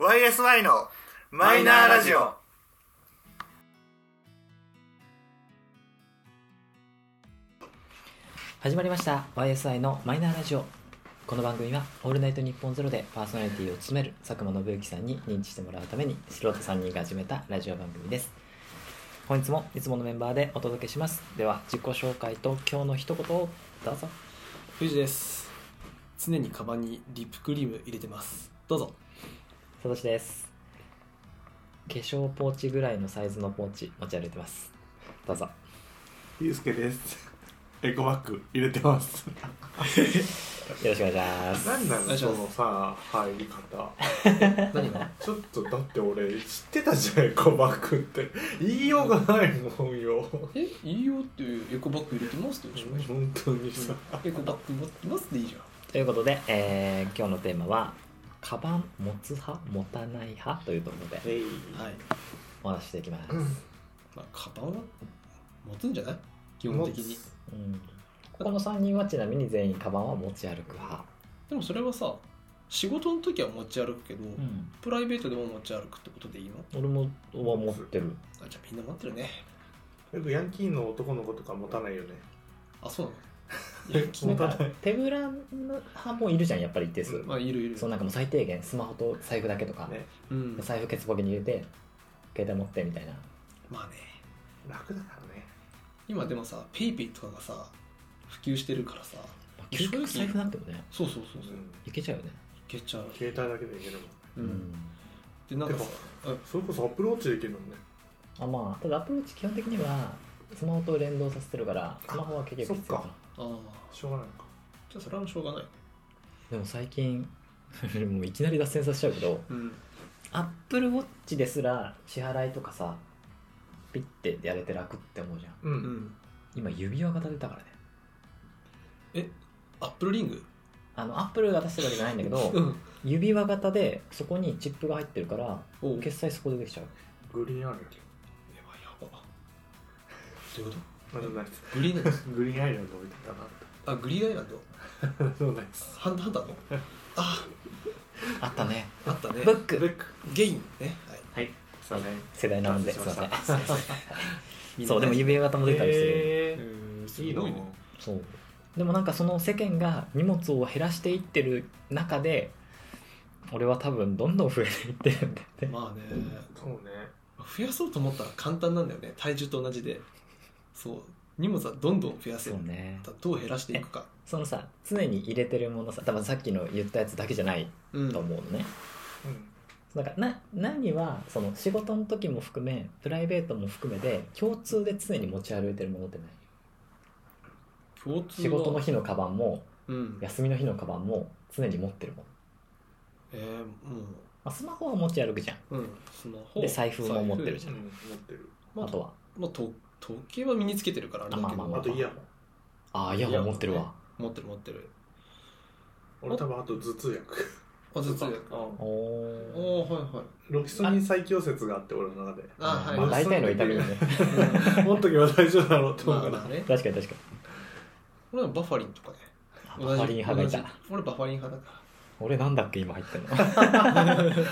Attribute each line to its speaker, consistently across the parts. Speaker 1: YSY のマイナーラジオ。
Speaker 2: 始まりました YSI のマイナーラジオこの番組は「オールナイトニッポンゼロでパーソナリティを務める佐久間信之さんに認知してもらうために素人3人が始めたラジオ番組です本日もいつものメンバーでお届けしますでは自己紹介と今日の一言をどうぞ
Speaker 3: 藤です常にカバンにリップクリーム入れてますどうぞ
Speaker 2: さとしです化粧ポーチぐらいのサイズのポーチ持ち歩いてますどうぞ
Speaker 4: ゆうすけです。 エコバッグ入れてます。
Speaker 2: よろしくお願いします
Speaker 4: なんな
Speaker 3: お願
Speaker 4: の
Speaker 3: いし
Speaker 4: そ
Speaker 3: ます
Speaker 4: のさ、入り方。
Speaker 3: 何が
Speaker 4: ちょっとだって俺知ってたじゃん、エコバッグって。言いようがないもんよ。
Speaker 3: えいいよってエコバッグ入れてますって言うでしょ
Speaker 4: 本当にさ。
Speaker 3: エコバッグ持ってますでいいじゃん
Speaker 2: ということで、えー今日のテーマは「カバン持つ派持たない派」というところで
Speaker 4: えい。
Speaker 3: はい、
Speaker 2: お話ししていきます、
Speaker 3: まあ、カバンは持つんじゃない基本
Speaker 4: も
Speaker 3: 的に
Speaker 2: うんここの3人はちなみに全員カバンは持ち歩く派、
Speaker 3: でもそれはさ仕事の時は持ち歩くけど、プライベートでも持ち歩くってことでいいの
Speaker 2: 俺もは持ってる
Speaker 3: あじゃあみんな持ってるね
Speaker 4: よくヤンキーの男の子とか持たないよね。
Speaker 3: あそうなの いや
Speaker 2: な
Speaker 3: き
Speaker 2: んか
Speaker 4: 持たな
Speaker 2: 手ぶらの派もいるじゃんやっぱり一定数、
Speaker 3: まあいるいる
Speaker 2: そうなんかもう最低限スマホと財布だけとか、
Speaker 4: ね
Speaker 3: うん
Speaker 2: 財布ケツポケに入れて携帯持ってみたいな
Speaker 3: まあね
Speaker 4: 楽だからね。
Speaker 3: 今でもさペイペイとかがさ普及してるからさ
Speaker 2: まあ究極財布なくてもね
Speaker 3: そうそうそう
Speaker 4: う
Speaker 3: そう、い
Speaker 4: ん
Speaker 2: いけちゃうよね
Speaker 3: けちゃう
Speaker 4: 携帯だけでいけるもん。
Speaker 3: うん、でなんかさうん
Speaker 4: それこそアップローチできるもんね。
Speaker 2: あまあただアプローチ基本的にはスマホと連動させてるからスマホは結局必要か
Speaker 4: そ
Speaker 2: な
Speaker 3: あ
Speaker 4: っ
Speaker 3: あ
Speaker 4: しょうがないのか。
Speaker 3: じゃあそれはしょうがない
Speaker 2: でも最近 もういきなり脱線させちゃうけど
Speaker 3: うん
Speaker 2: アップルウォッチですら支払いとかさピッてやれて楽って思うじゃん
Speaker 4: う
Speaker 3: う。ん
Speaker 2: 今指輪型出たからね
Speaker 3: アップルリング
Speaker 2: あのアップルが出してるわけじゃないんだけ
Speaker 3: う
Speaker 2: ど
Speaker 3: ん
Speaker 2: 指輪型でそこにチップが入ってるから
Speaker 3: おう
Speaker 2: 決済そこでできちゃう
Speaker 4: グリーンあるよ。
Speaker 3: やばいやばどういうこ
Speaker 4: などないで
Speaker 3: とグリーンアイラン
Speaker 4: す。グリーンアイランド置いてたな
Speaker 3: ドあグリーンアイランド
Speaker 4: って。 そうないです。
Speaker 3: ハンハンターのあ
Speaker 2: あったね
Speaker 3: あったね
Speaker 2: ブック
Speaker 4: ック。
Speaker 3: ゲインねはい
Speaker 4: はい。そうね。
Speaker 2: 世代なんですい
Speaker 4: し
Speaker 2: ま
Speaker 4: ま
Speaker 2: せ
Speaker 4: し
Speaker 2: ん
Speaker 4: た
Speaker 2: そうでも指輪型も出たりする
Speaker 4: へー
Speaker 3: うん
Speaker 4: いいの
Speaker 2: そうでもなんかその世間が荷物を減らしていってる中で俺は多分どんどん増えていってるんだよね
Speaker 3: まあね
Speaker 4: そうね
Speaker 3: 増やそうと思ったら簡単なんだよね体重と同じでそう荷物はどんどん増やせ
Speaker 2: そ
Speaker 3: る
Speaker 2: うね
Speaker 3: どう減らしていくか
Speaker 2: そのさ常に入れてるものさ多分さっきの言ったやつだけじゃない
Speaker 3: うん
Speaker 2: と思うのね、
Speaker 4: うん
Speaker 2: なんかな何はその仕事の時も含めプライベートも含めて共通で常に持ち歩いてるものってない
Speaker 3: 共通
Speaker 2: 仕事の日のカバンも
Speaker 3: うん
Speaker 2: 休みの日のカバンも常に持ってるも
Speaker 3: え
Speaker 2: の、
Speaker 3: ー、も
Speaker 2: まあ、スマホは持ち歩くじゃん
Speaker 3: う、うん、スマホ
Speaker 2: で財布も持ってるじゃん
Speaker 4: 持ってる
Speaker 3: ま
Speaker 2: あ
Speaker 3: あ
Speaker 2: とは
Speaker 3: まあ、と時計は身につけてるからあれだけど、
Speaker 2: あまあま
Speaker 4: あとイヤホン
Speaker 2: ああイヤホン持ってるわ
Speaker 3: 持ってる持ってる
Speaker 4: 俺多分あと頭痛薬
Speaker 3: あ頭痛
Speaker 4: う
Speaker 3: 薬
Speaker 4: ん
Speaker 2: おおー
Speaker 3: おおはいはい
Speaker 4: ロキソニン最強説があって俺の中で
Speaker 3: あはい
Speaker 2: まあ大体の痛みよね
Speaker 4: 持っとけば大丈夫だろうと
Speaker 3: ま
Speaker 4: 思
Speaker 3: あ
Speaker 4: うから
Speaker 3: まあね
Speaker 2: 確かに確かに
Speaker 3: 俺はバファリンとかね
Speaker 2: あバファリン派がい
Speaker 3: 同
Speaker 2: た
Speaker 3: じ俺バファリン派だか
Speaker 2: 俺なんだっけ今入っ てるの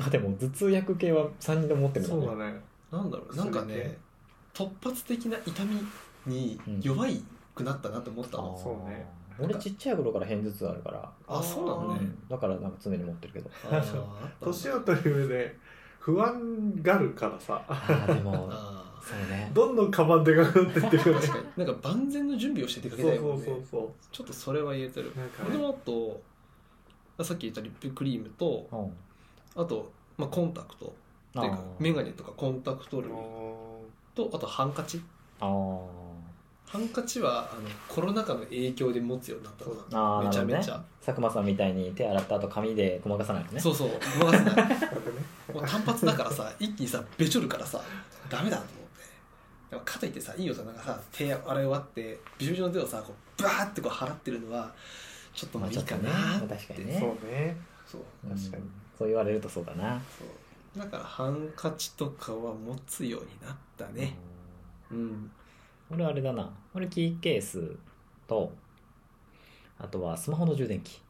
Speaker 2: あでも頭痛薬系は3人とも持ってるんだ
Speaker 4: そ
Speaker 2: ね
Speaker 4: うだね
Speaker 3: らなんだろうなんか
Speaker 4: それ
Speaker 3: ね
Speaker 4: で
Speaker 3: 突発的な痛みに弱いくなったなと思った
Speaker 2: あ
Speaker 3: の、
Speaker 2: ー
Speaker 4: そうね
Speaker 2: 俺ちっちゃい頃から片頭痛あるから
Speaker 3: あそうな
Speaker 4: あ
Speaker 3: の
Speaker 2: う
Speaker 3: ね
Speaker 2: んだからなんか常に持ってるけど
Speaker 3: あーあったんだ
Speaker 4: 年を取る上で不安がるからさ
Speaker 2: ああでも
Speaker 3: あ
Speaker 2: そうね
Speaker 4: どんどんカバンでかくなってってるよ
Speaker 3: ー
Speaker 4: ね
Speaker 3: 確かになんか万全の準備をして出
Speaker 4: そ
Speaker 3: かけ
Speaker 4: う
Speaker 3: たいも
Speaker 4: そ
Speaker 3: ん
Speaker 4: う
Speaker 3: ね
Speaker 4: そうそ
Speaker 3: ちょっとそれは言えてる
Speaker 4: うなんか
Speaker 3: 俺
Speaker 4: ね
Speaker 3: もあとあさっき言ったリップクリームと
Speaker 2: うん
Speaker 3: あと、まあ、コンタクト
Speaker 2: あ
Speaker 3: っていう
Speaker 2: ー
Speaker 3: かメガネとかコンタクト類
Speaker 4: あ
Speaker 3: とあとハンカチ
Speaker 2: あー
Speaker 3: ハンカチはあのコロナ禍の影響で持つようになった
Speaker 4: そう
Speaker 3: な
Speaker 2: あー
Speaker 3: めちゃめち
Speaker 2: なるほど
Speaker 3: ゃ
Speaker 2: ね、佐久間さんみたいに手洗った後紙でごまかさないとね
Speaker 3: そうそう逃せない
Speaker 4: ーなんかね
Speaker 3: もう単発だからさ一気にさべちょるからさダメだと思ってでもかといってさいいよとなんかさ手洗い終わってびしょびしょの手をさこうバーってこう払ってるのはちょっと
Speaker 2: ま
Speaker 3: ま
Speaker 2: あ
Speaker 3: あい
Speaker 2: ちょ
Speaker 3: い
Speaker 2: っと
Speaker 3: か
Speaker 2: ね
Speaker 3: な
Speaker 2: まあ確かにね
Speaker 4: そうね
Speaker 3: そう
Speaker 2: うん
Speaker 4: 確かに
Speaker 2: そう言われるとそうだな
Speaker 3: そうだからハンカチとかは持つようになったねうん
Speaker 2: うん俺あれだな俺キーケースとあとはスマホの充電器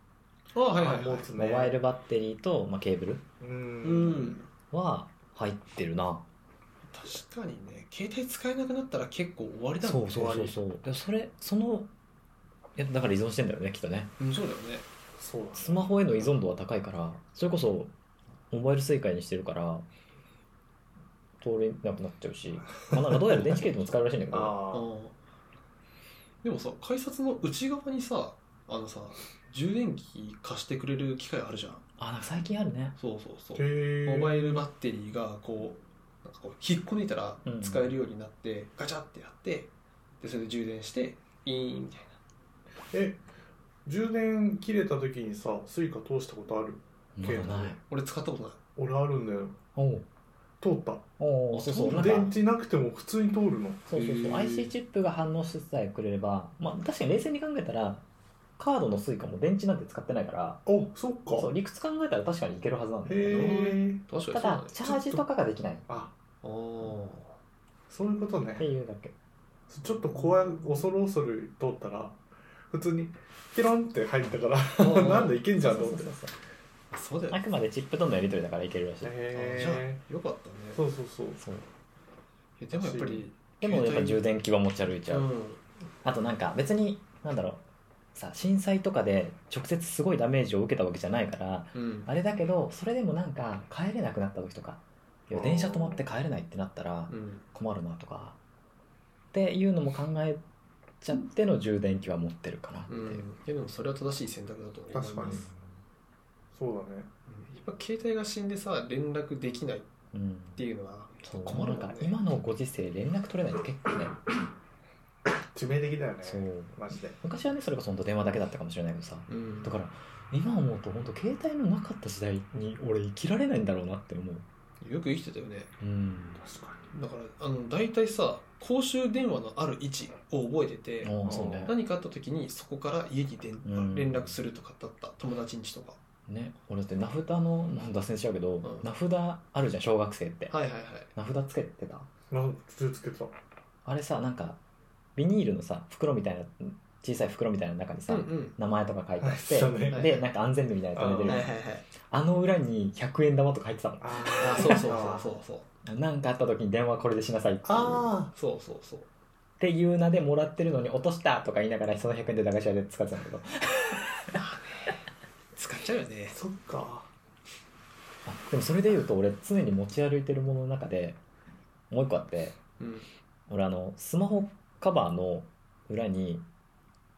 Speaker 3: あはいはい、
Speaker 4: 持
Speaker 3: はい
Speaker 4: つね
Speaker 2: モバイルバッテリーと、まあ、ケーブル
Speaker 4: う
Speaker 3: うんん、
Speaker 2: は入ってるな
Speaker 3: 確かにね携帯使えなくなったら結構終わりだもん
Speaker 2: そうそうそうそうでそれそのいやだから依存してんだよねきっとね
Speaker 3: 終わりうんそうだよね
Speaker 4: そうだね
Speaker 2: スマホへの依存度は高いからそれこそモバイルスイカにしてるから通れなくなっちゃうし、まあ、なんかどうやら電池ケートも使えるらしいんだけど
Speaker 4: あー
Speaker 3: あーでもさ改札の内側にさあのさ充電器貸してくれる機械あるじゃん
Speaker 2: あなんか最近あるね
Speaker 3: そうそうそう
Speaker 4: へー
Speaker 3: モバイルバッテリーがこうなんかこう引っこ抜いたら
Speaker 2: うん
Speaker 3: 使えるようになって、ガチャってやってでそれで充電してイーンみたい
Speaker 4: え充電切れた時にさスイカ通したことある
Speaker 2: ま
Speaker 4: ケー
Speaker 2: だ
Speaker 4: タ
Speaker 2: ない
Speaker 3: な俺使ったことない
Speaker 4: 俺あるんだよ
Speaker 2: おう
Speaker 4: 通った
Speaker 2: おうそうそうなんか
Speaker 4: 電池なくても普通に通るの
Speaker 2: そうそうそう
Speaker 3: へー
Speaker 2: IC チップが反応してさえくれれば、まあ、確かに冷静に考えたらカードのスイカも電池なんて使ってないから
Speaker 4: おそっか
Speaker 2: そう理屈考えたら確かにいけるはずなんだ
Speaker 4: へ
Speaker 2: け
Speaker 4: え
Speaker 3: 確
Speaker 2: どただチャージと
Speaker 3: か
Speaker 2: かができないっ
Speaker 4: あ
Speaker 3: あー
Speaker 4: そういうこと
Speaker 2: て
Speaker 4: ね
Speaker 2: いうだけ
Speaker 4: ちょっと怖い恐る恐る通ったら普通にピロンって入ったか ら
Speaker 3: ー
Speaker 4: なんだいけんじゃんと思って
Speaker 2: そうそうそう
Speaker 3: そうだよ
Speaker 2: あ
Speaker 3: ね
Speaker 2: くまでチップとのやり取りだからいけるらしい、
Speaker 3: あじゃ
Speaker 4: へえ
Speaker 3: あよかったね
Speaker 4: そうそうそう
Speaker 2: そう
Speaker 3: えでもやっぱり
Speaker 2: でもやっぱ充電器は持ち歩いちゃう、
Speaker 3: うん
Speaker 2: あとなんか別になんだろうさ震災とかで直接すごいダメージを受けたわけじゃないから
Speaker 3: うん
Speaker 2: あれだけどそれでもなんか帰れなくなった時とかいや電車止まって帰れないってなったら
Speaker 3: うん
Speaker 2: 困るなとかっていうのも考えちゃっての充電器は持ってるかなって
Speaker 3: う
Speaker 2: い、
Speaker 3: ん、いうやでもそれは正しい選択だと思います
Speaker 4: 確かにそうだね
Speaker 3: うんやっぱ携帯が死んでさ連絡できないっ
Speaker 2: うん、
Speaker 3: ていうのは
Speaker 2: そう
Speaker 3: 困る
Speaker 2: なん
Speaker 3: もんね
Speaker 2: か今のご時世連絡取れないって結構ね
Speaker 4: 致命的だよね
Speaker 2: そう
Speaker 4: マジで
Speaker 2: 昔はねそれこそ本当電話だけだったかもしれないけどさ
Speaker 3: うん
Speaker 2: だから今思うと本当携帯のなかった時代に俺生きられないんだろうなって思う
Speaker 3: よく生きてたよね
Speaker 2: うん
Speaker 4: 確か
Speaker 3: だからあの大体さ公衆電話のある位置を覚えてて
Speaker 2: ああそうね
Speaker 3: 何かあった時にそこから家に電
Speaker 2: うん
Speaker 3: 連絡するとかだった友達んちとか
Speaker 2: ね俺だって名札のなんか脱線しちゃうけど、
Speaker 3: ん
Speaker 2: 名札あるじゃん小学生って、
Speaker 3: はいはいはい
Speaker 2: 名札つけてた
Speaker 4: になん普通つけてた
Speaker 2: あれさなんかビニールのさ袋みたいな小さい袋みたいな中にさ、
Speaker 3: うんうん
Speaker 2: 名前とか書いてあって、
Speaker 4: そうね
Speaker 2: でなんか安全部みたいなの留め
Speaker 3: はい
Speaker 2: て
Speaker 3: はい
Speaker 2: る
Speaker 3: はい
Speaker 2: あの裏に100円玉とか入ってたも
Speaker 4: あ
Speaker 3: あそうそうそうそうそう
Speaker 2: のなんかあった時に電話これでしなさいっていう
Speaker 4: あ
Speaker 3: そうそうそう
Speaker 2: っていう名でもらってるのに落としたとか言いながらその100円で駄菓子屋で使ってたんだけど
Speaker 3: 使っちゃうよね
Speaker 4: あそっか
Speaker 2: あでもそれで言うと俺常に持ち歩いてるものの中でもう一個あって
Speaker 3: うん
Speaker 2: 俺あのスマホカバーの裏に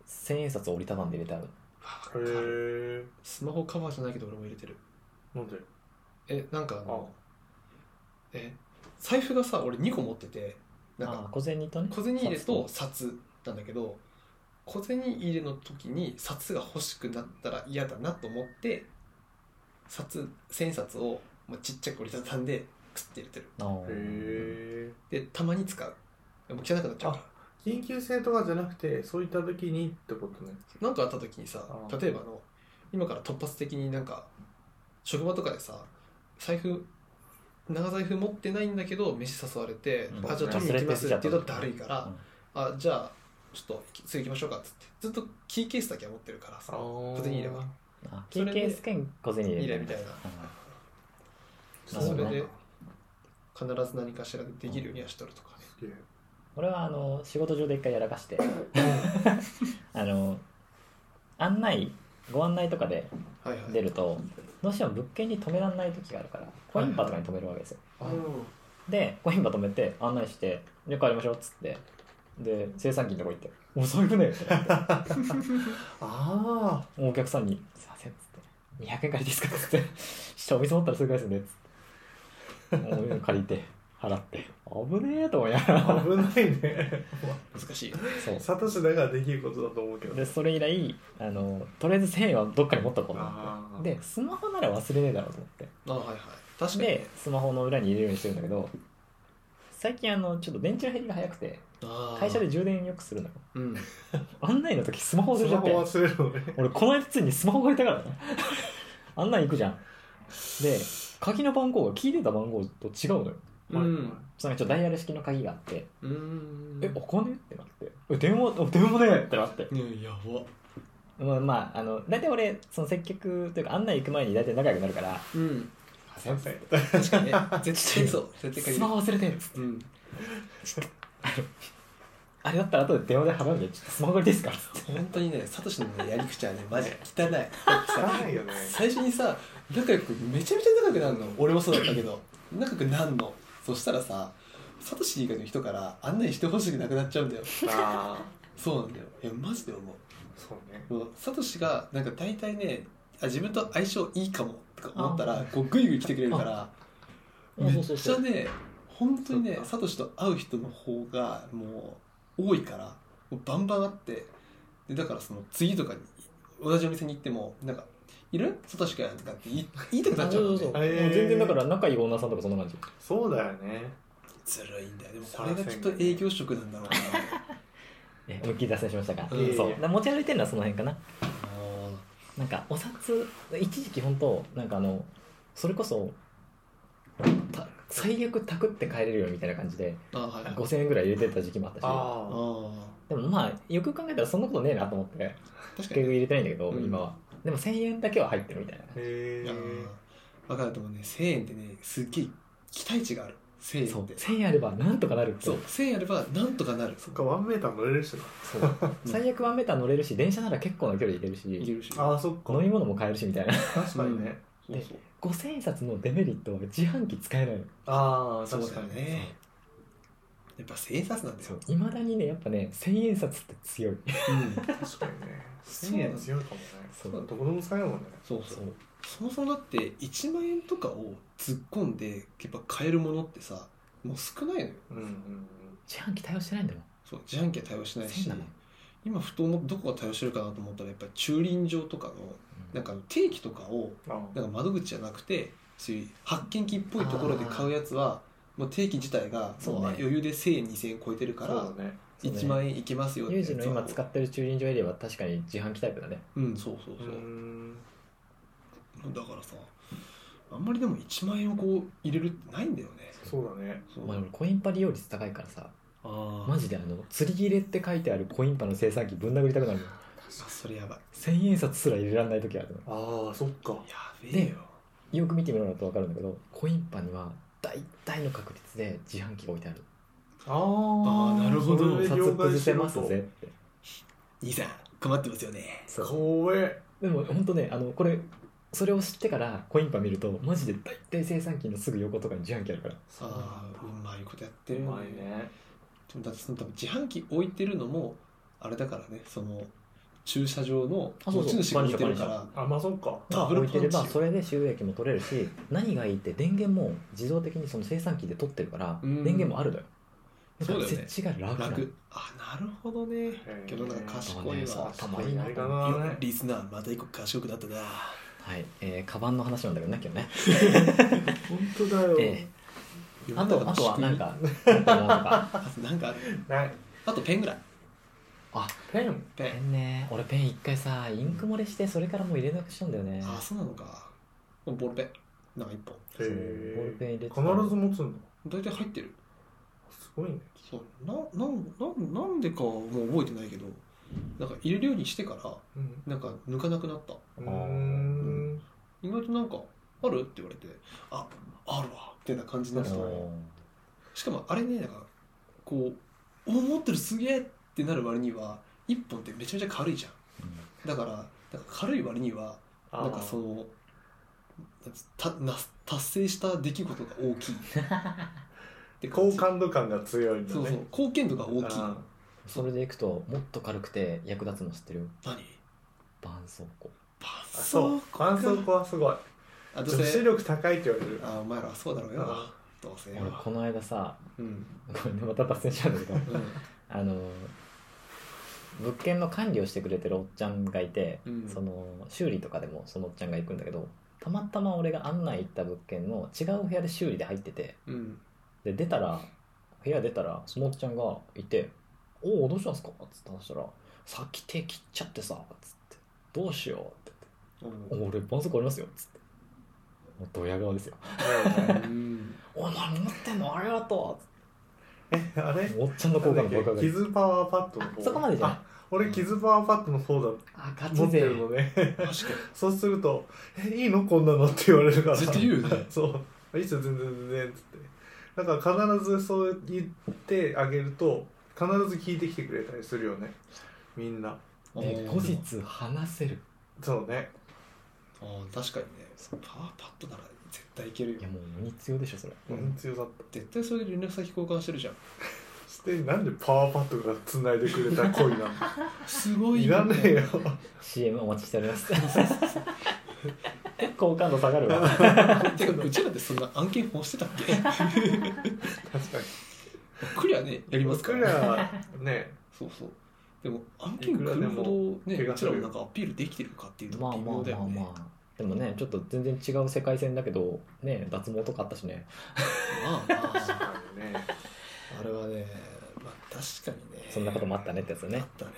Speaker 2: 千円札を折りたたんで入れてある
Speaker 3: あ
Speaker 4: へ
Speaker 3: わかる
Speaker 4: え
Speaker 3: スマホカバーじゃないけど俺も入れてる
Speaker 4: なんで
Speaker 3: えなんかあ
Speaker 4: あ
Speaker 3: のえ財布がさ俺2個持っててなん
Speaker 2: あ
Speaker 3: か
Speaker 2: 小銭とね
Speaker 3: 小銭入れと札なんだけど小銭入れの時に札が欲しくなったら嫌だなと思って札千円札をまあちっちゃく折りたたんでくって入れてる
Speaker 2: あー
Speaker 4: へえ
Speaker 3: でたまに使うでも汚くなっちゃうか
Speaker 4: 緊急性とかじゃなくてそういった時にってことね
Speaker 3: らなんかあった時にさ
Speaker 4: あ
Speaker 3: 例えばあの今から突発的になんか職場とかでさ財布長財布持ってないんだけど飯誘われて
Speaker 2: う
Speaker 3: 「
Speaker 2: ん
Speaker 3: あじゃあ取りに行きます」って言うとだるいから、あじゃあちょっと次行きましょうかっつってずっとキーケースだけは持ってるからさ小
Speaker 4: 小
Speaker 3: 銭入れは
Speaker 2: あ
Speaker 3: それで
Speaker 2: KKS 兼小銭入れ
Speaker 3: 入れみたいな
Speaker 2: なるほ
Speaker 3: そ
Speaker 2: ど
Speaker 3: れ
Speaker 2: ね
Speaker 3: で必ず何かしらでできるようにはしとるとかね
Speaker 2: 俺はあの仕事上で一回やら かしてあの案内ご案内とかで
Speaker 3: はいはい
Speaker 2: 出るとどうしても物件に止められない時があるからコインパとかに止めるわけですよ
Speaker 3: うん
Speaker 2: でコインパ止めて案内して「で帰りましょう」っつってで生産金のとこ行って「お財布ね」ってなって
Speaker 4: あ
Speaker 2: お客さんに「すいません」っつって「200円借りていいですか?」っつって「ちょっとお店持ったらすぐ返すんで」っつってお金借りて払って危ねえと思いなが
Speaker 4: あ
Speaker 2: ら
Speaker 4: 危ないね
Speaker 3: 難しい
Speaker 2: そう
Speaker 4: サトシだからできることだと思うけど
Speaker 2: でそれ以来あのとりあえず1000円はどっかに持っとこうと思
Speaker 4: あ
Speaker 2: っ
Speaker 4: ー
Speaker 2: てでスマホなら忘れねえだろうと思って
Speaker 3: あはいはい確かに
Speaker 2: でスマホの裏に入れるようにしてるんだけど最近あのちょっと電池の減りが早くて会社で充電よくするのよ
Speaker 3: うん
Speaker 2: 案内の時スマホ忘
Speaker 4: ス
Speaker 2: れちゃっ
Speaker 4: マホ
Speaker 2: て
Speaker 4: 忘れるのね
Speaker 2: 俺この間ついにスマホ借り たからね案内行くじゃんで鍵の番号が聞いてた番号と違うのよ
Speaker 3: う
Speaker 4: はい
Speaker 3: ん
Speaker 2: そのちょっとダイヤル式の鍵があって
Speaker 3: うん
Speaker 2: 「えお金?」ってなって「え電話あ電話ね」ってなって
Speaker 3: ねやば
Speaker 2: まあまああの大体俺その接客というか案内行く前に大体仲良くなるから
Speaker 3: うん
Speaker 2: 「
Speaker 4: 先生
Speaker 3: 確かにね絶対そう絶対
Speaker 2: スマホ忘れてる」
Speaker 3: うん
Speaker 2: あれだったら後で電話で払うんでちょっとスマホ借りですか?」っつって
Speaker 3: 本当にねサトシのねやり口は ねマジ汚い
Speaker 4: 汚いよね
Speaker 3: 最初にさ仲良くめちゃめちゃ仲良くなるの俺もそうだったけど仲良くなんのそしたらさサトシ以外の人から案内してほしくなくなっちゃうんだよ
Speaker 4: ああ
Speaker 3: そうなんだよいやマジで思
Speaker 4: そうね
Speaker 3: うもうサトシがなんか大体ねあ自分と相性いいかもとか思った
Speaker 2: あ
Speaker 3: らこうグイグイ来てくれるからめっ
Speaker 2: そう
Speaker 3: ち
Speaker 2: そ
Speaker 3: ゃ
Speaker 2: う
Speaker 3: ね本当にね
Speaker 4: そっか
Speaker 3: サトシと会う人の方がもう多いからもうバンバンあってでだからその次とかに同じお店に行ってもなんか「いるサトシくん」とかって言い言いたくなっちゃうもんね
Speaker 2: そうそうそう
Speaker 4: あれ
Speaker 2: もう全然だから仲いいオーナーさんとかそんな感じ
Speaker 4: そうだよね
Speaker 3: ずるいんだよでもこれがきっと営業職なんだろうな
Speaker 2: え思いっきり脱線しましたが、
Speaker 3: いえいえ
Speaker 2: そうだから持ち歩いてるのはその辺かな
Speaker 3: あ
Speaker 2: なんかお札一時期本当なんかあのそれこそた最悪タクって帰れるよみたいな感じで
Speaker 3: ーあーはいはい
Speaker 2: 5000円ぐらい入れてた時期もあったし
Speaker 3: あ
Speaker 4: あ
Speaker 3: ー
Speaker 2: でもまあよく考えたらそんなことねえなと思って
Speaker 3: 確か
Speaker 2: 結
Speaker 3: に
Speaker 2: 局入れてないんだけど、
Speaker 3: うん
Speaker 2: 今はでも1000円だけは入ってるみたいな
Speaker 4: へ
Speaker 3: い
Speaker 4: え
Speaker 3: やーわかると思うね1000円ってねすっげえ期待値がある1000
Speaker 2: そ
Speaker 3: 円
Speaker 2: う
Speaker 3: って
Speaker 2: 1000円あればなんとかなるって
Speaker 3: そう1000円あればなんとかなる
Speaker 4: そっかワンメーター乗れるしな
Speaker 2: そう最悪ワンメーター乗れるし電車なら結構な距離行ける
Speaker 3: い
Speaker 2: し
Speaker 3: けるし
Speaker 4: ああそっか
Speaker 2: 飲み物も買えるしみたいな
Speaker 4: 確かにね
Speaker 3: そうそう
Speaker 2: 5000円札のデメリットは自販機使えないの
Speaker 4: ああ
Speaker 3: そう
Speaker 4: 確
Speaker 3: だ
Speaker 4: か
Speaker 3: よ
Speaker 4: に
Speaker 3: ねやっぱ千円札なんだよ
Speaker 2: いまだにねやっぱね1000円札って強い
Speaker 4: 確かにね
Speaker 3: そう
Speaker 4: 1000円強いかもね
Speaker 2: そう
Speaker 4: どこでも使えるもんね
Speaker 3: そうそ
Speaker 2: そうう
Speaker 3: そもそもだって1万円とかを突っ込んでやっぱ買えるものってさもう少ないのよ
Speaker 4: うんうんうん
Speaker 2: 自販機対応してないんだもん
Speaker 3: そう自販機は対応しないし
Speaker 2: 1000だもん
Speaker 3: 今ふと思ってどこが対応してるかなと思ったらやっぱり駐輪場とかのなんかあの定期とかを
Speaker 4: あ
Speaker 3: なんか窓口じゃなくてそういう発見機っぽいところで買うやつはもう定期自体が
Speaker 2: そう
Speaker 3: も
Speaker 2: ね
Speaker 3: う余裕で1000円2000円超えてる
Speaker 4: そ
Speaker 3: から
Speaker 4: うだね
Speaker 2: そうね
Speaker 3: 1万円いきますよ
Speaker 2: ユージの
Speaker 3: は
Speaker 2: 今使ってる駐輪場エリアは確かに自販機タイプだね
Speaker 3: うんそうそう
Speaker 4: う
Speaker 3: そう、
Speaker 4: ん
Speaker 3: だからさあんまりでも1万円をこう入れるってないんだよね
Speaker 4: そうだね
Speaker 3: そう
Speaker 2: まあ、俺コインパ利用率高いからさ
Speaker 3: あ
Speaker 2: マジであの釣り切れって書いてあるコインパの生産機ぶん殴りたくなるの
Speaker 3: あそれやばい
Speaker 2: 1000円札すら入れられない時あるの
Speaker 4: ああそっか
Speaker 3: やべえよ
Speaker 2: よく見てみると分かるんだけどコインパには大体の確率で自販機が置いてある
Speaker 4: ああ
Speaker 3: あーなるほど
Speaker 2: 札崩せますぜって
Speaker 3: 兄さん困ってますよね
Speaker 2: そう
Speaker 4: 怖え
Speaker 2: でも本当ねあのこれそれを知ってからコインパ見るとマジで大体生産機のすぐ横とかに自販機あるから
Speaker 3: さあうまいことやって
Speaker 4: う
Speaker 3: るよ
Speaker 4: まいね
Speaker 3: でもだってその多分自販機置いてるのもあれだからねその駐車場の
Speaker 2: あそう
Speaker 3: 持
Speaker 2: そう
Speaker 3: ち主が置いてるから
Speaker 4: あまあそっか
Speaker 3: ダブル
Speaker 2: 置いてれ
Speaker 3: パン
Speaker 2: ば
Speaker 3: チ
Speaker 2: それで収益も取れるし何がいいって電源も自動的にその生産機で取ってるから
Speaker 3: うん
Speaker 2: 電源もあるのよだから
Speaker 3: そうだよね
Speaker 2: 設置が楽なの
Speaker 3: 楽あなるほどね
Speaker 4: へえ
Speaker 3: 世の中賢い
Speaker 2: そう
Speaker 3: わ
Speaker 2: 頭いいな
Speaker 4: あれかな
Speaker 3: よリスナーまた一個賢くなったな
Speaker 2: はい、えー、カバンの話なんだけどね今日ね
Speaker 4: 本当だよ
Speaker 2: え
Speaker 3: 世の
Speaker 2: あ
Speaker 3: 中
Speaker 2: と
Speaker 3: の
Speaker 2: あとは
Speaker 3: 仕組
Speaker 2: なん
Speaker 3: み
Speaker 2: か持ってるものとか
Speaker 3: あとなんかある
Speaker 4: ない
Speaker 3: あとペンぐらい
Speaker 2: あ
Speaker 4: ペン
Speaker 3: ペ
Speaker 2: ペ
Speaker 3: ン
Speaker 2: ンね俺ペン一回さインク漏れしてそれからもう入れなくしたんだよね
Speaker 3: あそうなのかボールペンなんか一本
Speaker 2: そう
Speaker 4: へ
Speaker 2: ボールペン入れて
Speaker 4: え
Speaker 2: た
Speaker 4: 必ず持つんだ
Speaker 3: 大体入ってる
Speaker 4: すごいね
Speaker 3: そうななんなんなんでかはもう覚えてないけどなんか入れるようにしてから
Speaker 4: うん
Speaker 3: なんか抜かなくなった
Speaker 4: うーん
Speaker 3: 意外となんかあるって言われてああるわみたいな感じになる
Speaker 2: あ
Speaker 3: の
Speaker 2: の
Speaker 3: しかもあれねなんかこうお持ってるすげえってなる割には一本ってめちゃめちゃ軽いじゃんだからなんか軽い割には
Speaker 4: あー
Speaker 3: なんかそのなんつたな達成した出来事が大きいで
Speaker 4: 好感度感が強いんだね
Speaker 3: そうそう貢献度が大きい
Speaker 4: あ
Speaker 2: それでいくともっと軽くて役立つの知ってるよ
Speaker 3: 何
Speaker 2: 絆創膏
Speaker 3: 絆
Speaker 4: ーそう絆創膏はすごい
Speaker 3: あどう
Speaker 4: 女子
Speaker 3: せ
Speaker 4: 力高いって言われる
Speaker 3: あお前らはそうだろうよ
Speaker 4: あ
Speaker 3: どうせ
Speaker 2: 俺この間さ
Speaker 3: うん
Speaker 2: ごめんねまた脱線しちゃうんだけど
Speaker 3: うん
Speaker 2: あの物件の管理をしてくれてるおっちゃんがいて、
Speaker 3: うん
Speaker 2: その修理とかでもそのおっちゃんが行くんだけどたまたま俺が案内行った物件の違う部屋で修理で入ってて
Speaker 3: うん
Speaker 2: で出たら部屋出たらそのおっちゃんがいて「おおどうしたんすか?」っつって話したら「さっき手切っちゃってさ」っつって「どうしよう」
Speaker 3: う
Speaker 2: って
Speaker 3: ん
Speaker 2: 言って「お俺絆創膏ありますよ」っつってもうドヤ顔ですよ
Speaker 3: うん
Speaker 2: 「お前持ってんのありがとう」っつ
Speaker 4: あれ
Speaker 2: っておっちゃんの好感度爆上がり
Speaker 4: 傷パワーパッドの
Speaker 2: あそこまでじゃない
Speaker 4: あ俺キズパワーパッドの方だ
Speaker 2: あガ
Speaker 4: 持
Speaker 2: チ
Speaker 4: っ
Speaker 2: 勢
Speaker 4: てるのね
Speaker 3: 確か
Speaker 4: そうすると「えいいのこんなの?」って言われるから
Speaker 3: に絶対言うよ ね
Speaker 4: そう「いいっすよ全然全然」っつってだから必ずそう言ってあげると必ず聞いてきてくれたりするよねみんな
Speaker 2: ね後日話せる
Speaker 4: そうね
Speaker 3: あー確かにねパワーパッドなら絶対いけるよ
Speaker 2: いやもう鬼強でしょそれ
Speaker 4: うん強さった
Speaker 3: 絶対それで連絡先交換してるじゃん
Speaker 4: そしてなんでパワーパッドが繋いでくれた 恋な
Speaker 3: すご
Speaker 4: の
Speaker 3: い
Speaker 4: い
Speaker 3: よ
Speaker 4: らねえよ
Speaker 2: CM お待ちしております 好感度下 がるわ
Speaker 3: てかうちらってそんな案件欲してたっ け
Speaker 4: 確かに
Speaker 3: クリアねやりますから
Speaker 4: 僕らね
Speaker 3: そうそうでも案件来るほどね
Speaker 4: いく
Speaker 3: う
Speaker 4: らでも怪我す
Speaker 3: ち
Speaker 4: る
Speaker 3: らもなんかアピールできてるかっていうと
Speaker 2: まあ
Speaker 3: 微
Speaker 2: まあ
Speaker 3: 妙だよ
Speaker 2: まあ
Speaker 3: ね
Speaker 2: まあでもねちょっと全然違う世界線だけどね脱毛とかあったしね
Speaker 3: まあま
Speaker 4: 確
Speaker 3: あ
Speaker 4: かにね
Speaker 3: あれはねまあ確かにね
Speaker 2: そんなこともあったねってやつ
Speaker 3: あ
Speaker 2: ね
Speaker 3: ったね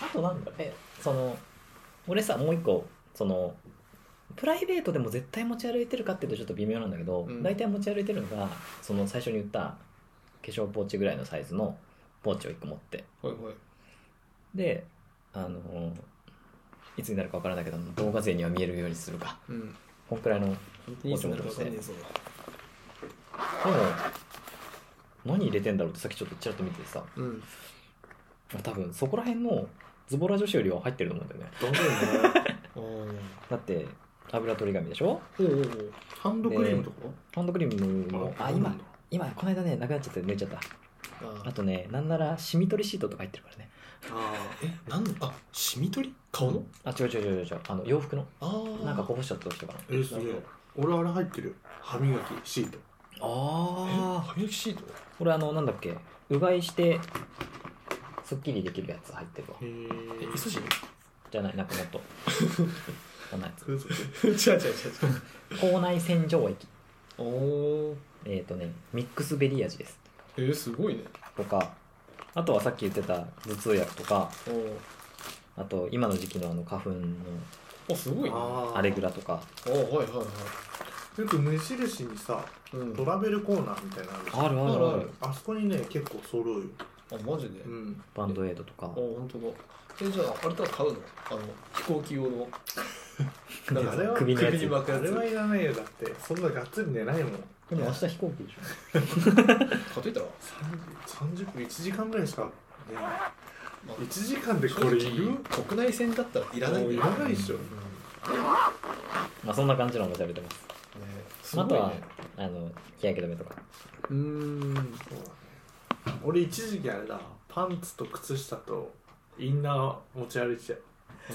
Speaker 2: あとなんだえその俺さもう一個そのプライベートでも絶対持ち歩いてるかっていうとちょっと微妙なんだけど、
Speaker 3: うん
Speaker 2: 大体持ち歩いてるのがその最初に言った化粧ポーチぐらいのサイズのポーチを1個持って
Speaker 3: ほいほい
Speaker 2: であのいつになるかわからないけど動画勢には見えるようにするか
Speaker 3: うん
Speaker 2: こんくらいのでも
Speaker 3: 本当にいつになるか分かんねえぞ
Speaker 2: 何入れてんだろうってさっきちょっとちらっと見ててさ
Speaker 3: うん
Speaker 2: 多分そこら辺のズボラ女子よりは入ってると思うんだよね
Speaker 4: どんどんね
Speaker 3: おー
Speaker 2: だって油取り紙でしょ
Speaker 3: おーおー
Speaker 4: ハンドクリームとか
Speaker 2: ハンドクリームもあ今今この間ねなくなっちゃって抜いちゃった
Speaker 3: あ
Speaker 2: あとねなんならシミ取りシートとか入ってるからね
Speaker 4: あ
Speaker 3: えなんのあシミ取り顔の
Speaker 2: あ違う違う違う違うあの洋服の
Speaker 3: あー
Speaker 2: なんかこぼしちゃった人かな
Speaker 4: えすげえ俺あれ入ってるよ歯磨きシート
Speaker 3: え
Speaker 2: あ
Speaker 3: 歯磨きシート
Speaker 2: これあのなんだっけうがいしてすっきりできるやつ入ってるわ
Speaker 4: へ
Speaker 3: え
Speaker 4: え
Speaker 3: イソシン
Speaker 2: じゃないなんかもっと こんなやつ
Speaker 3: 違う違う違う違
Speaker 2: 口内洗浄液
Speaker 3: うおー
Speaker 2: えっ、とねミックスベリー味です
Speaker 3: えー、すごいね
Speaker 2: とかあとはさっき言ってた頭痛薬とか
Speaker 3: おー
Speaker 2: あと今の時期のあの花粉の
Speaker 3: あすごいねあ
Speaker 4: あ
Speaker 2: アレ
Speaker 4: ぐ
Speaker 2: グラとか
Speaker 3: ーはいはいは
Speaker 4: よく無印にさ
Speaker 3: いうん
Speaker 4: トラベルコーナーみたいなのあるじゃん
Speaker 2: あるあるある
Speaker 4: あそこにね結構揃うよ
Speaker 3: あマジで、
Speaker 4: うん
Speaker 2: バンドエイドとか
Speaker 3: あ本当だえじゃああれとは買うのあの飛行機用のなんか
Speaker 4: あれは
Speaker 2: 首のやつ
Speaker 3: 首に巻く
Speaker 4: あ
Speaker 3: や
Speaker 4: れ
Speaker 3: つ
Speaker 4: は
Speaker 3: 買
Speaker 4: いらないよだってそんながっつり寝ないもん
Speaker 2: でも明日飛行機でしょ
Speaker 3: っといたら、
Speaker 4: 30分1時間ぐらいしか寝な
Speaker 3: まあ
Speaker 4: い1時間でこれいる
Speaker 3: 正直国内線だったらいらないんだよ
Speaker 4: もういらないでしょ
Speaker 3: うんね
Speaker 2: まあそんな感じのおもちゃ入れてます
Speaker 3: すごいね
Speaker 2: あとはあの日焼け止めとか
Speaker 3: うーん
Speaker 4: そうだね俺一時期あれだパンツと靴下とインナー持ち歩いてたよ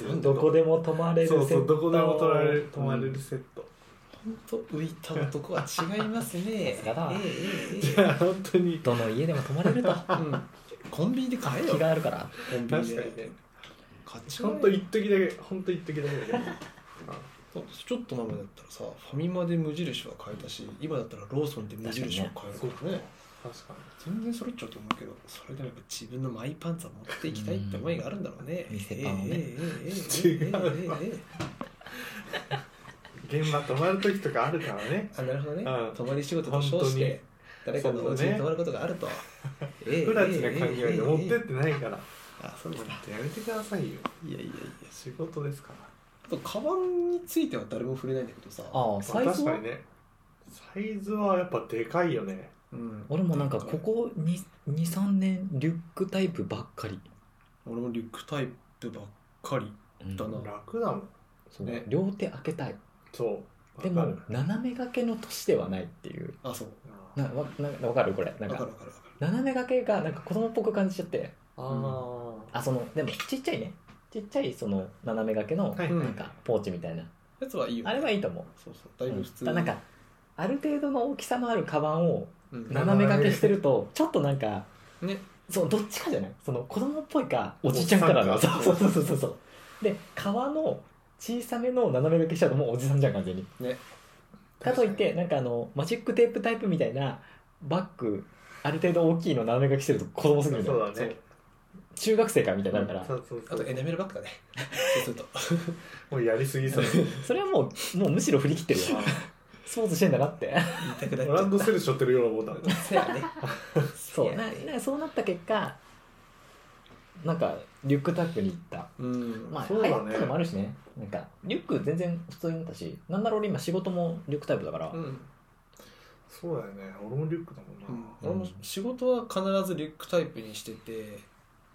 Speaker 3: なんだ
Speaker 2: どこでも泊まれる
Speaker 4: そうそうどこでも取られ
Speaker 2: セ
Speaker 4: る泊
Speaker 2: ット
Speaker 4: まれるセット、
Speaker 3: 本当浮いた男は違いますね
Speaker 2: さすがだわ
Speaker 3: えええ
Speaker 4: いや本当に
Speaker 2: どの家でも泊まれる と
Speaker 3: えうんコンビニで買えよ
Speaker 2: 気があるから
Speaker 3: コンビニ
Speaker 4: 確
Speaker 3: で
Speaker 4: かにね
Speaker 3: 買っちゃう
Speaker 4: 本当一時だけ本当一時だけだけど
Speaker 3: ちょっと前までだったらさファミマで無印は買えたし今だったらローソンで無印は買えるからね
Speaker 4: 確か
Speaker 3: 全然揃っちゃうと思うけどそれでもやっぱ自分のマイパンツは持っていきたいって思いがあるんだろうね
Speaker 2: うん店パンをね
Speaker 3: えええええええええ
Speaker 4: 違うわ
Speaker 3: ええ
Speaker 4: に現場泊まる時とかあるからね
Speaker 3: あなるほどね
Speaker 4: うん
Speaker 3: 泊まり仕事と称して誰かのお家に泊まることがある とええ
Speaker 4: プラチな考えで持ってってないから
Speaker 3: あそうなんだ
Speaker 4: やめてくださいよ
Speaker 3: いやいやいや
Speaker 4: 仕事ですから
Speaker 3: あとカバンについては誰も触れないんだけどさ
Speaker 2: ああサイズ
Speaker 4: まあ
Speaker 2: は、
Speaker 4: 確かにねサイズはやっぱでかいよね
Speaker 3: うん
Speaker 2: 俺もなんかここ23年リュックタイプばっかり、
Speaker 3: 俺もリュックタイプばっかり
Speaker 2: うん
Speaker 3: だな
Speaker 4: 楽だもん
Speaker 2: そう
Speaker 3: ね
Speaker 2: 両手開けたい
Speaker 4: そう
Speaker 2: で
Speaker 4: わか
Speaker 2: も
Speaker 4: る
Speaker 2: 斜め掛けの年ではないっていう
Speaker 3: あそう
Speaker 2: なわなわかるこれなん
Speaker 3: わか
Speaker 2: か
Speaker 3: るわかるわか
Speaker 2: 斜め掛けがなんか子供っぽく感じちゃって
Speaker 4: あ
Speaker 3: うん
Speaker 4: ー
Speaker 2: あそのでもちっちゃいねちっちゃいその斜め掛けの
Speaker 4: はい
Speaker 3: うん
Speaker 2: なんかポーチみたいな、
Speaker 3: るやつはいいよね
Speaker 2: あれはいいと思う
Speaker 3: そうそうだいぶ普通
Speaker 2: うんなんかある程度の大きさのあるカバンを
Speaker 3: うん
Speaker 4: な
Speaker 2: 斜め掛けしてるとちょっとなんか
Speaker 3: ね
Speaker 2: そのどっちかじゃないその子供っぽいかおじいちゃんかなの
Speaker 4: おっ
Speaker 2: そ
Speaker 4: さんか
Speaker 2: うそうそうそうそうそうで革の小さめの斜め掛けしちゃうともうおじさんじゃん完全に
Speaker 3: ね
Speaker 2: かといってなんかあのマジックテープタイプみたいなバッグある程度大きいの斜め掛けしてると子供すぎるの
Speaker 4: そう
Speaker 2: よ
Speaker 4: だね
Speaker 2: 中学生かみたいになるから
Speaker 4: そうそう
Speaker 3: あ
Speaker 4: そ
Speaker 3: と
Speaker 4: う
Speaker 3: エナメルバッグだねそうする と
Speaker 4: もうやりすぎさ
Speaker 2: それはもうもうむしろ振り切ってるよスポーツしてんだなって
Speaker 3: 言いたくなっ
Speaker 4: ラ
Speaker 3: ちゃ
Speaker 4: ンドセルしょってるようなもんだ
Speaker 3: ったそうやね
Speaker 2: そうななんかそうなった結果なんかリュックタックに行った
Speaker 3: うん
Speaker 2: まあ
Speaker 4: そうだ
Speaker 2: 流
Speaker 4: ね
Speaker 2: 行ったのもあるしねなんかリュック全然普通になったしなんだろう俺今仕事もリュックタイプだから、
Speaker 3: うん
Speaker 4: そうだよね俺もリュックだもんな、
Speaker 3: 俺も仕事は必ずリュックタイプにしてて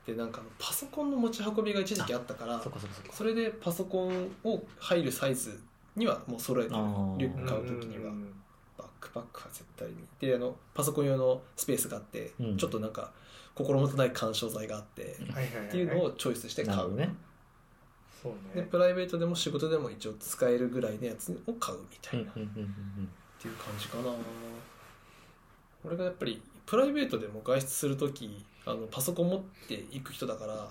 Speaker 3: でなんかあのパソコンの持ち運びが一時期あったから
Speaker 2: そっかそっかそっか
Speaker 3: それでパソコンを入るサイズにはもう揃えてる
Speaker 2: あー
Speaker 3: リュッ
Speaker 2: う
Speaker 3: ク
Speaker 2: ん
Speaker 3: 買う時には
Speaker 4: うん
Speaker 3: バックパックは絶対にであのパソコン用のスペースがあって、
Speaker 2: うん
Speaker 3: ちょっとなんか心もとない緩衝材があって、っ
Speaker 4: はいはいはい、はい、
Speaker 3: ていうのをチョイスして
Speaker 2: な
Speaker 3: 買
Speaker 2: るほ
Speaker 3: う、
Speaker 2: どね
Speaker 4: そう
Speaker 3: で
Speaker 4: ね
Speaker 3: プライベートでも仕事でも一応使えるぐらいのやつを買うみた
Speaker 2: うん
Speaker 3: い
Speaker 2: う
Speaker 3: な、
Speaker 2: んうん
Speaker 3: っ
Speaker 2: うんうん
Speaker 3: ていう感じかな俺がやっぱりプライベートでも外出する時あのパソコン持って行く人だから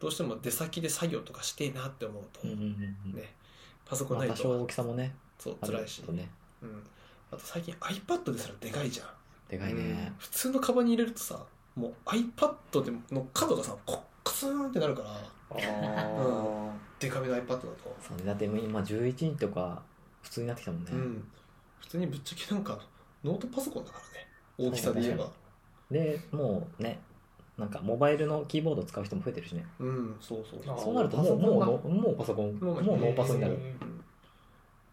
Speaker 3: どうしても出先で作業とかしてえなって思うと、
Speaker 2: うんうんうんうん
Speaker 3: ねパソコン
Speaker 2: まあ
Speaker 3: ない
Speaker 2: 多少
Speaker 3: と
Speaker 2: 大きさもね
Speaker 3: そう
Speaker 2: あ
Speaker 3: 辛
Speaker 2: る
Speaker 3: いし、
Speaker 2: とね
Speaker 3: うん、あと最近 iPad ですらでかいじゃん
Speaker 2: でかいね
Speaker 3: 普通のカバンに入れるとさもう iPad でもの角がさこっカツンってなるから
Speaker 4: ああ
Speaker 3: デカめの iPad だと、
Speaker 2: そうねだってもう今11人とか普通になってきたもんね、
Speaker 3: うん普通にぶっちゃけなんかノートパソコンだからね大きさで言えば
Speaker 2: でもうねなんかモバイルのキーボード使う人も増えてるしね
Speaker 3: うんそうそう
Speaker 4: あ
Speaker 2: そうなるともう
Speaker 4: パソコンだ
Speaker 2: もうも
Speaker 3: も
Speaker 2: うパソコンもう
Speaker 3: う
Speaker 2: ノーパソになる、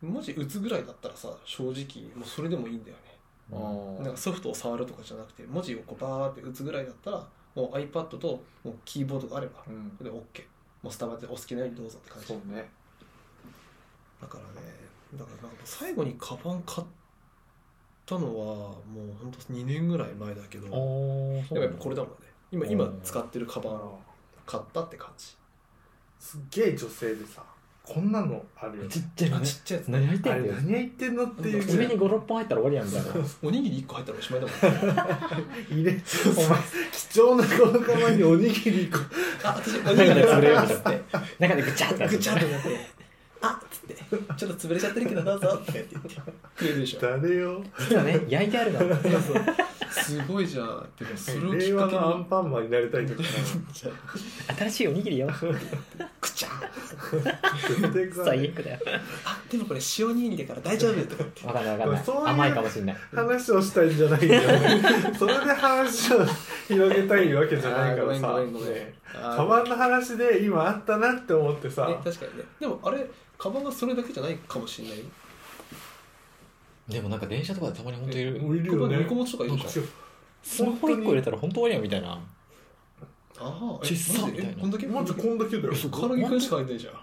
Speaker 3: 文字打つぐらいだったらさ正直もうそれでもいいんだよね
Speaker 4: あ
Speaker 2: うん
Speaker 4: ー
Speaker 3: なんかソフトを触るとかじゃなくて文字をこうバーって打つぐらいだったらもう iPad ともうキーボードがあれば
Speaker 4: うん
Speaker 3: で OK もうスタバでお好きなようにどうぞって感じ
Speaker 4: そうね
Speaker 3: だからねだからなんか最後にカバン買ったのはもうほんと2年ぐらい前だけど
Speaker 2: あーそ
Speaker 3: で
Speaker 2: う
Speaker 3: もやっ
Speaker 2: なんだ
Speaker 3: ぱこれだもんね今
Speaker 2: お
Speaker 3: 今
Speaker 2: ー
Speaker 3: 使ってるカバン
Speaker 4: あ
Speaker 3: を買ったって感じ
Speaker 4: すっげえ女性でさこんなのあるよね
Speaker 2: ちっちゃいの
Speaker 3: あ
Speaker 2: ね
Speaker 3: ちっちゃいやつ
Speaker 2: 何入ってん
Speaker 4: あ
Speaker 2: だ
Speaker 4: れ
Speaker 2: よ
Speaker 4: 何言ってんのっていうぐ
Speaker 2: 上
Speaker 4: ら
Speaker 2: に
Speaker 4: い
Speaker 2: 56本入ったら終わりやんみたいな
Speaker 3: おにぎり1個入ったらおしまいだ もんね
Speaker 4: 入れお前貴重なこのカバンにおにぎり一個
Speaker 3: あ私おにぎ
Speaker 2: 中
Speaker 3: り
Speaker 2: で潰れよ
Speaker 3: が
Speaker 2: うとして中でぐちゃってなって
Speaker 3: ぐちゃってなってあっつってちょっと潰れちゃってるけどどうぞって言ってくれるでしょ
Speaker 4: 誰よ
Speaker 2: 実はね 焼いてあるの
Speaker 3: そうそうすごいじゃんってかそれをき
Speaker 4: 令
Speaker 3: っか
Speaker 4: 和
Speaker 3: け
Speaker 4: のアン
Speaker 3: に
Speaker 4: パンマンになりたいとか
Speaker 2: 新しいおにぎりよ
Speaker 3: くちゃ
Speaker 4: 絶対食わない
Speaker 2: 最悪だよ
Speaker 3: あでもこれ塩おにぎりだから大丈夫とかって
Speaker 2: わかんないわかんない
Speaker 4: そういう
Speaker 2: 甘いかもしんない
Speaker 4: 話をしたいんじゃないんだよねそれで話を広げたいわけじゃない から
Speaker 3: あーご
Speaker 4: さ
Speaker 3: めんごめんごめん
Speaker 4: ね
Speaker 3: あー
Speaker 4: カバンの話で今あったなって思って
Speaker 3: ね
Speaker 4: さ、
Speaker 3: 確かにねでもあれカバンがそれだけじゃないかもしれないよ
Speaker 2: でもなんか電車とかでたまに本当いる
Speaker 4: もういるよね
Speaker 3: カバン2個持ちとかいるじゃん
Speaker 4: そう
Speaker 2: スマホ1個入れたら本当終わりやんみたいな
Speaker 3: ああ
Speaker 2: ちっさ
Speaker 3: マジで
Speaker 2: みたいな
Speaker 3: えこんだけ
Speaker 4: マジこんだけだよ
Speaker 3: カラギくんしか入んないじゃん
Speaker 4: も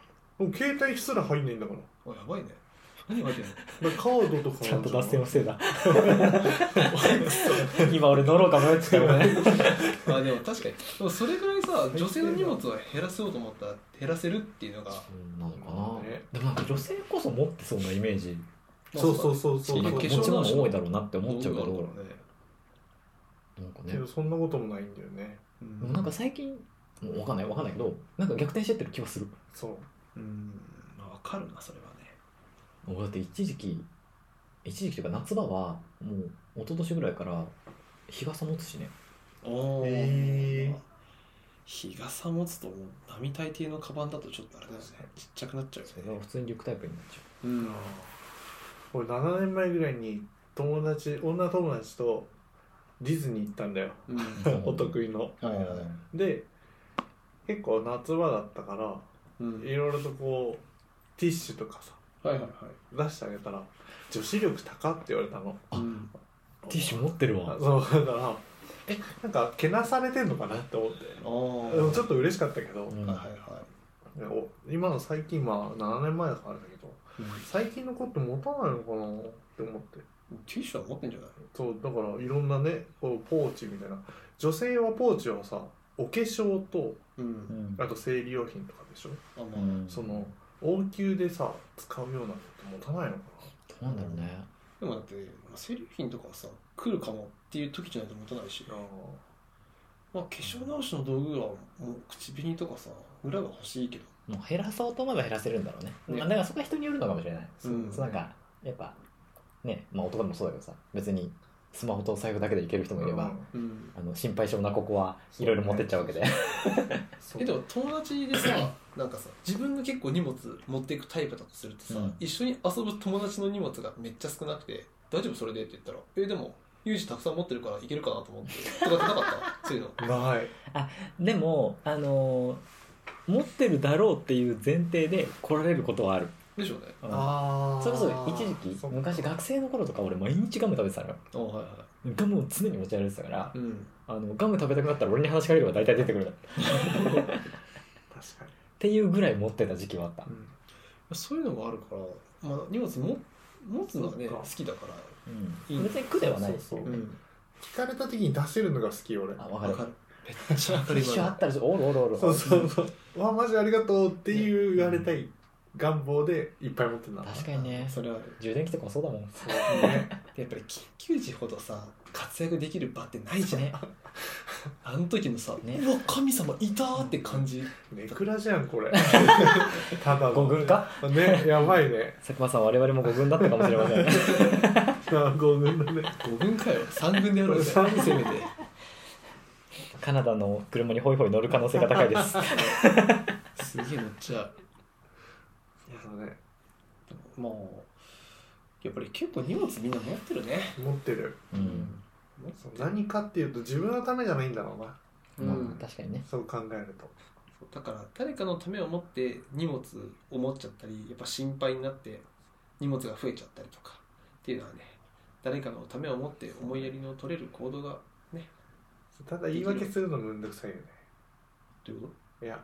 Speaker 4: う携帯すら入んないんだから
Speaker 3: おやばいね何入ってんの
Speaker 4: だからカードとか
Speaker 2: ちゃんと脱線を
Speaker 4: し
Speaker 2: 防いだ 今俺乗ろうか迷ってたよね
Speaker 3: まあでも確かにでもそれぐらいさ女性の荷物は減らそうと思ったら減らせるっていうのが
Speaker 2: なの
Speaker 4: まあね
Speaker 2: でもなんか女性こそ持ってそうなイメージ
Speaker 4: そうそうそうそう
Speaker 2: な
Speaker 4: そ
Speaker 2: んか
Speaker 4: う
Speaker 3: 結
Speaker 2: 持
Speaker 3: 構
Speaker 2: ち物多いだろうなって思っちゃうけど
Speaker 3: 道具があるからね
Speaker 2: なんかね
Speaker 4: けどそんなこともないんだよね
Speaker 3: うん
Speaker 2: でもなんか最近もうわかんないわかんないけどなんか逆転してってる気はする
Speaker 4: そう
Speaker 3: うんまあわかるなそれはね
Speaker 2: もうだって一時期一時期というか夏場はもう一昨年ぐらいから日傘持つしね
Speaker 3: おお、
Speaker 4: へー
Speaker 3: 日傘持つともう並大抵のカバンだとちょっとあれだよねちっちゃくなっちゃうよ
Speaker 2: それが普通にリュックタイプになっちゃ
Speaker 3: うん
Speaker 4: 俺7年前ぐらいに友達女友達とディズニー行ったんだよ
Speaker 3: うん
Speaker 2: うん
Speaker 4: お得意の
Speaker 2: う、
Speaker 3: はいはいはい
Speaker 4: で結構夏場だったから
Speaker 3: うん
Speaker 4: いろいろとこうティッシュとかさ
Speaker 3: はいはいはい
Speaker 4: 出してあげたら女子力高って言われたの
Speaker 2: あ
Speaker 3: うん
Speaker 2: ティッシュ持ってるわ
Speaker 4: そうだからえなんかけなされてんのかなって思って
Speaker 3: ああ
Speaker 4: でもちょっと嬉しかったけど、
Speaker 2: うん
Speaker 3: はいはいは
Speaker 4: お今の最近まあ7年前だからあれだけど
Speaker 3: い、
Speaker 4: 最近の子って持たないのかなって思って
Speaker 3: ティッシュは持ってんじゃない
Speaker 4: そうだからいろんなねこうポーチみたいな女性はポーチはさお化粧と
Speaker 3: う
Speaker 2: うんん
Speaker 4: あと生理用品とかでしょ、
Speaker 3: あまあ、
Speaker 2: うん
Speaker 4: その応急でさ使うようなのって持たないのか
Speaker 2: どうなんだろうね
Speaker 3: でもだってまあ生理用品とかはさ来るかもっていう時じゃないと持たないし、
Speaker 4: な
Speaker 3: まあ、化粧直しの道具はもう口紅とかさ裏が欲しいけど
Speaker 2: もう減らそうと思えば減らせるんだろうね
Speaker 3: ね
Speaker 2: まあだからそこは人によるのかもしれない、
Speaker 3: うん
Speaker 2: そうなんかやっぱねまあ男でもそうだけどさ別にスマホとお財布だけでいける人もいれば、
Speaker 4: うん
Speaker 3: うん
Speaker 2: あの心配性なここはいろいろ持ってっちゃうわけで、
Speaker 4: そう
Speaker 3: えでも友達で さなんかさ自分が結構荷物持っていくタイプだとするとさ、
Speaker 2: うん
Speaker 3: 一緒に遊ぶ友達の荷物がめっちゃ少なくて「大丈夫それで?」って言ったら「えでも融資たくさん持ってるからいけるかなと思ってとかってなかったそういうの
Speaker 4: ない
Speaker 2: でもあのー持ってるだろうっていう前提で来られることはある、
Speaker 3: でしょうね
Speaker 2: うん
Speaker 4: あ
Speaker 2: それこそ一時期
Speaker 4: そっか
Speaker 2: 昔学生の頃とか俺毎日ガム食べてたのよ
Speaker 3: あはいは
Speaker 2: ガムを常に持ち歩いてたから
Speaker 3: いうん
Speaker 2: あのガム食べたくなったら俺に話しかければ大体出てくるんだっ
Speaker 4: 確か
Speaker 2: ていうぐらい持ってた時期はあった
Speaker 4: に、
Speaker 3: そういうのがあるから、まあ、荷物も持つのがね
Speaker 4: そっ
Speaker 3: 好
Speaker 4: か
Speaker 3: きだから
Speaker 2: うん別に苦ではないです
Speaker 4: そう
Speaker 2: よ
Speaker 4: そううん聞かれた時に出せるのが好き俺
Speaker 2: あ分か
Speaker 3: わ
Speaker 2: る
Speaker 3: かるめっちゃわかる
Speaker 2: 一緒あったらしょおるおるおる
Speaker 4: そうそうそう「わマジありがとう」っていう言われたい願望でいっぱい持ってた
Speaker 2: 確かにね
Speaker 3: それはある
Speaker 2: 充電器とかもそうだもん
Speaker 4: そうね
Speaker 3: でやっぱり緊急時ほどさ活躍できる場ってないじゃん、
Speaker 2: ね
Speaker 3: あの時のさ、
Speaker 2: ね
Speaker 3: うわ神様いたーって感じ、
Speaker 4: ネクラじゃんこれ ただの
Speaker 2: 五軍か
Speaker 4: ねやばいね
Speaker 2: 佐久間さん我々も五軍だったかもしれませんね
Speaker 4: あ五軍だね
Speaker 3: 5分かよ3分でやろうぜせ
Speaker 4: 三
Speaker 3: めて
Speaker 2: カナダの車にホイホイ乗る可能性が高いです
Speaker 3: すげえ乗っちゃう
Speaker 4: そうね
Speaker 3: もうやっぱり結構荷物みんな持ってるね
Speaker 4: 持ってる
Speaker 2: うん、
Speaker 4: そう何かっていうと自分のためじゃないんだろうな
Speaker 3: うん
Speaker 2: まあ確かにね
Speaker 4: そう考えると
Speaker 3: そうだから誰かのためを持って荷物を持っちゃったりやっぱ心配になって荷物が増えちゃったりとかっていうのはね誰かのためを持って思いやりの取れる行動が
Speaker 4: ただ言い訳するのめんどくさいよね
Speaker 3: どういうこ
Speaker 4: いや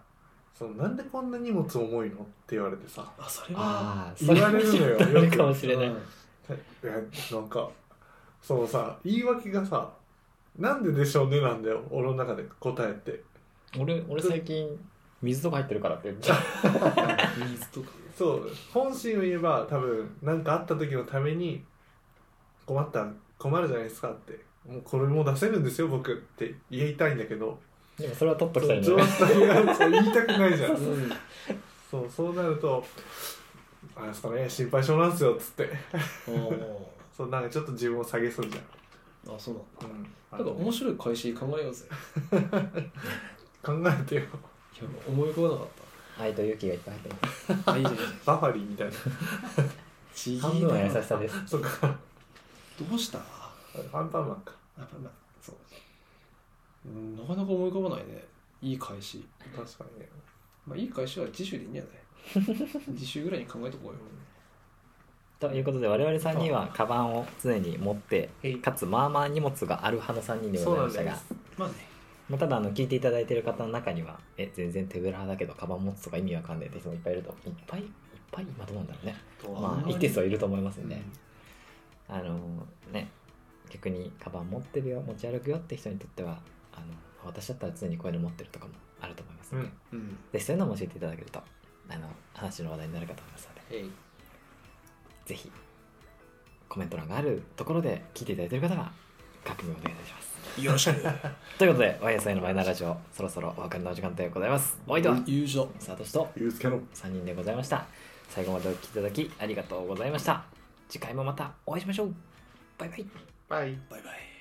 Speaker 4: そのなんでこんな荷物重いのって言われてさ
Speaker 3: とあそれ
Speaker 2: ああ
Speaker 4: 言われるの
Speaker 2: そ
Speaker 4: よ
Speaker 2: れはあ
Speaker 4: よ
Speaker 2: る
Speaker 4: く
Speaker 2: かもしれ ない、
Speaker 4: いやなんかそのさ言い訳がさなんででしょうねなんだよ俺の中で答えって
Speaker 2: 俺俺最近水とか入ってるからって言っちゃう
Speaker 3: 水とか
Speaker 4: そう本心を言えば多分何かあった時のために困ったら困るじゃないですかってもうこれも出せるんですよ僕って言いたいんだけど
Speaker 2: でもそれは取っときたいんだ
Speaker 4: 上
Speaker 2: よね
Speaker 4: 体がそう言いたくないじゃん
Speaker 3: ねうん
Speaker 4: そうそうなると「あれですかね心配性なんですよ」っつって
Speaker 3: あ
Speaker 4: そうなんかちょっと自分を下げすんじ
Speaker 3: ーあそうなんだ
Speaker 4: ゃん、うん、
Speaker 3: だから面白い返し考えようぜ
Speaker 4: 考えてよ
Speaker 3: いや思い浮かばなかっ
Speaker 2: 愛と勇気がいっぱい入ってま す
Speaker 3: たあいいじゃんいい
Speaker 4: バファリーみたいな
Speaker 3: じゃん
Speaker 2: 半分は優しさです
Speaker 4: そっか
Speaker 3: どうしたや
Speaker 4: アンパンマンか
Speaker 3: っぱなそううんなかなか思い浮かばないねいい返し
Speaker 4: 確かにね
Speaker 3: まあいい返しは自主でいいんじゃない 自主ぐらいに考えとこうよ
Speaker 2: ということで我々3人はカバンを常に持って
Speaker 3: はい
Speaker 2: かつまあまあ荷物がある派の3人でございましたが
Speaker 3: まあね
Speaker 2: まあ、ただあの聞いていただいてる方の中にはえ全然手ぶらだけどカバン持つとか意味わかんないって人もいっぱいいるといっぱいいっぱい今どうなんだろうね
Speaker 3: あん
Speaker 2: ま
Speaker 3: ま
Speaker 2: あ
Speaker 3: り
Speaker 2: 一定数はいると思いますんで、あのね逆にカバン持ってるよ持ち歩くよって人にとってはあの私だったら常にこういうの持ってるとかもあると思います
Speaker 4: う
Speaker 2: の
Speaker 4: ん
Speaker 2: で、
Speaker 3: うん
Speaker 2: ぜひそういうのも教えていただけるとあの話の話題になるかと思いますのでぜひコメント欄があるところで聞いていただいている方は確認お願いいたします
Speaker 3: よろしく
Speaker 2: ということで YSI のマイナーラジオそろそろお別れのお時間でございますお相手は
Speaker 3: 友情
Speaker 2: 佐藤氏と
Speaker 4: ゆうすけの
Speaker 2: 3人でございました最後までお聴きいただきありがとうございました次回もまたお会いしましょうバイバイ
Speaker 4: バイ
Speaker 3: バイバイ